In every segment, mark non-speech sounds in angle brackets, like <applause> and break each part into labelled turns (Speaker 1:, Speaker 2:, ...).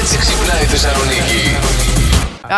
Speaker 1: έτσι ξυπνάει η Θεσσαλονίκη.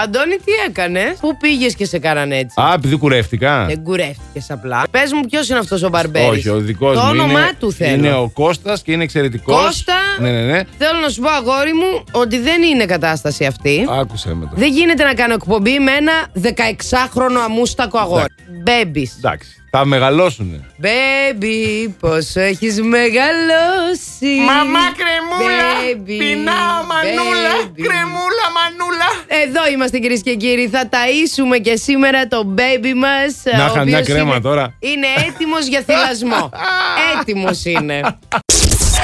Speaker 2: Αντώνη, τι έκανες, Πού πήγες και σε κάναν έτσι.
Speaker 3: Α, επειδή κουρεύτηκα.
Speaker 2: Δεν κουρεύτηκες απλά. Πες μου, ποιος είναι αυτός ο Μπαρμπέρι.
Speaker 3: Όχι, ο δικός μου.
Speaker 2: Το όνομά
Speaker 3: είναι,
Speaker 2: του θέλω.
Speaker 3: Είναι ο Κώστας και είναι εξαιρετικός.
Speaker 2: Κώστα.
Speaker 3: Ναι, ναι, ναι.
Speaker 2: Θέλω να σου πω, αγόρι μου, ότι δεν είναι κατάσταση αυτή.
Speaker 3: Άκουσε με το.
Speaker 2: Δεν γίνεται να κάνω εκπομπή με ένα 16χρονο αμούστακο
Speaker 3: Ναι.
Speaker 2: αγόρι. Μπέμπι.
Speaker 3: Εντάξει. Θα μεγαλώσουνε.
Speaker 2: Baby, πόσο έχεις μεγαλώσει.
Speaker 4: Μαμά κρεμούλα,
Speaker 2: Baby,
Speaker 4: πεινάω μανούλα,
Speaker 2: baby.
Speaker 4: κρεμούλα μανούλα.
Speaker 2: Εδώ είμαστε κυρίες και κύριοι. Θα ταΐσουμε και σήμερα το baby μας.
Speaker 3: Να είχα μια κρέμα τώρα.
Speaker 2: Είναι έτοιμος για
Speaker 3: <laughs>
Speaker 2: θυλασμό. έτοιμος είναι.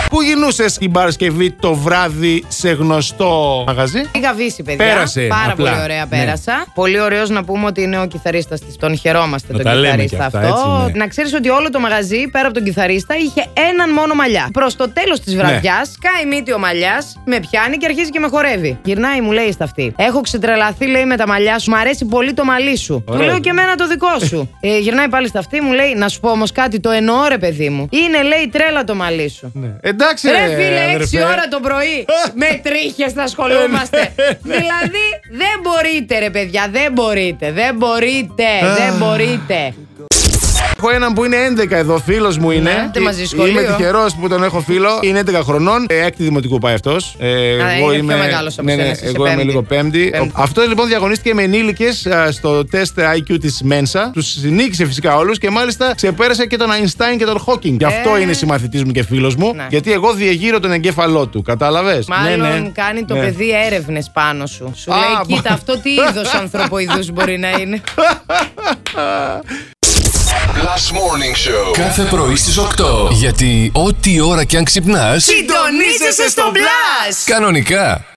Speaker 3: Πού γινούσε την Παρασκευή το βράδυ σε γνωστό μαγαζί.
Speaker 2: Είχα βύσει, παιδιά.
Speaker 3: Πέρασε,
Speaker 2: Πάρα
Speaker 3: απλά.
Speaker 2: πολύ ωραία
Speaker 3: Ναι.
Speaker 2: πέρασα. Πολύ ωραίος να πούμε ότι είναι ο κυθαρίστα της. Τον χαιρόμαστε
Speaker 3: Να
Speaker 2: τον
Speaker 3: τα λέμε
Speaker 2: κιθαρίστα
Speaker 3: κι αυτά,
Speaker 2: αυτό.
Speaker 3: έτσι, ναι.
Speaker 2: Να ξέρεις ότι όλο το μαγαζί, πέρα από τον κυθαρίστα, είχε έναν μόνο μαλλιά. Προς το τέλος της
Speaker 3: Ναι.
Speaker 2: βραδιάς, κάει μύτη ο μαλλιάς, με πιάνει και αρχίζει και με χορεύει. Γυρνάει, μου λέει στα αυτή. Έχω ξετρελαθεί, λέει με τα μαλλιά σου. Μ' αρέσει πολύ το μαλλί σου. Του
Speaker 3: Ωραία.
Speaker 2: λέω και εμένα το δικό
Speaker 3: <laughs>
Speaker 2: σου. ε, γυρνάει πάλι στα αυτή, μου λέει να σου πω όμως κάτι, το εννοώ ρε παιδί μου. Είναι, λέει, τρέλα το μαλλί σου.
Speaker 3: Ναι. Εντάξει,
Speaker 2: Ρε φίλε, 6
Speaker 3: αδερφέ.
Speaker 2: ώρα το πρωί με τρίχες θα ασχολούμαστε.
Speaker 3: Ε, ναι.
Speaker 2: δηλαδή, δεν μπορείτε, ρε παιδιά, δεν μπορείτε, δεν μπορείτε, δεν
Speaker 3: Ναι,
Speaker 2: μπορείτε.
Speaker 3: Έχω έναν που είναι 11 εδώ, φίλος μου είναι.
Speaker 2: Ναι, και
Speaker 3: Ε,
Speaker 2: μαζί σχολείο.
Speaker 3: Είμαι τυχερός που τον έχω φίλο. Είναι 11 χρονών. Ε, Έκτη δημοτικού πάει αυτός.
Speaker 2: είναι πιο μεγάλος από
Speaker 3: ναι,
Speaker 2: σένα,
Speaker 3: ναι,
Speaker 2: είσαι
Speaker 3: Εγώ είμαι
Speaker 2: πέμπτη.
Speaker 3: λίγο πέμπτη.
Speaker 2: Πέμπτη.
Speaker 3: Αυτό λοιπόν διαγωνίστηκε με ενήλικες στο τεστ IQ της Mensa. Του νίκησε φυσικά όλους και μάλιστα ξεπέρασε και τον Αϊνστάιν και τον Χόκινγκ. Γι' αυτό
Speaker 2: Ε.
Speaker 3: είναι συμμαθητής μου και φίλος μου.
Speaker 2: Ναι.
Speaker 3: Γιατί εγώ διεγείρω τον εγκέφαλό του. Ναι, Κατάλαβε.
Speaker 2: Μάλλον κάνει το παιδί έρευνες πάνω σου. Σου
Speaker 3: Α, μπο-
Speaker 2: λέει, κοίτα, αυτό τι είδος
Speaker 3: <laughs>
Speaker 2: ανθρωποειδούς μπορεί να είναι.
Speaker 1: Last Morning Show.
Speaker 5: Κάθε πρωί στις 8. Γιατί ό,τι ώρα κι αν ξυπνάς,
Speaker 2: Συντονίζεσαι στο μπλα!
Speaker 5: κανονικά.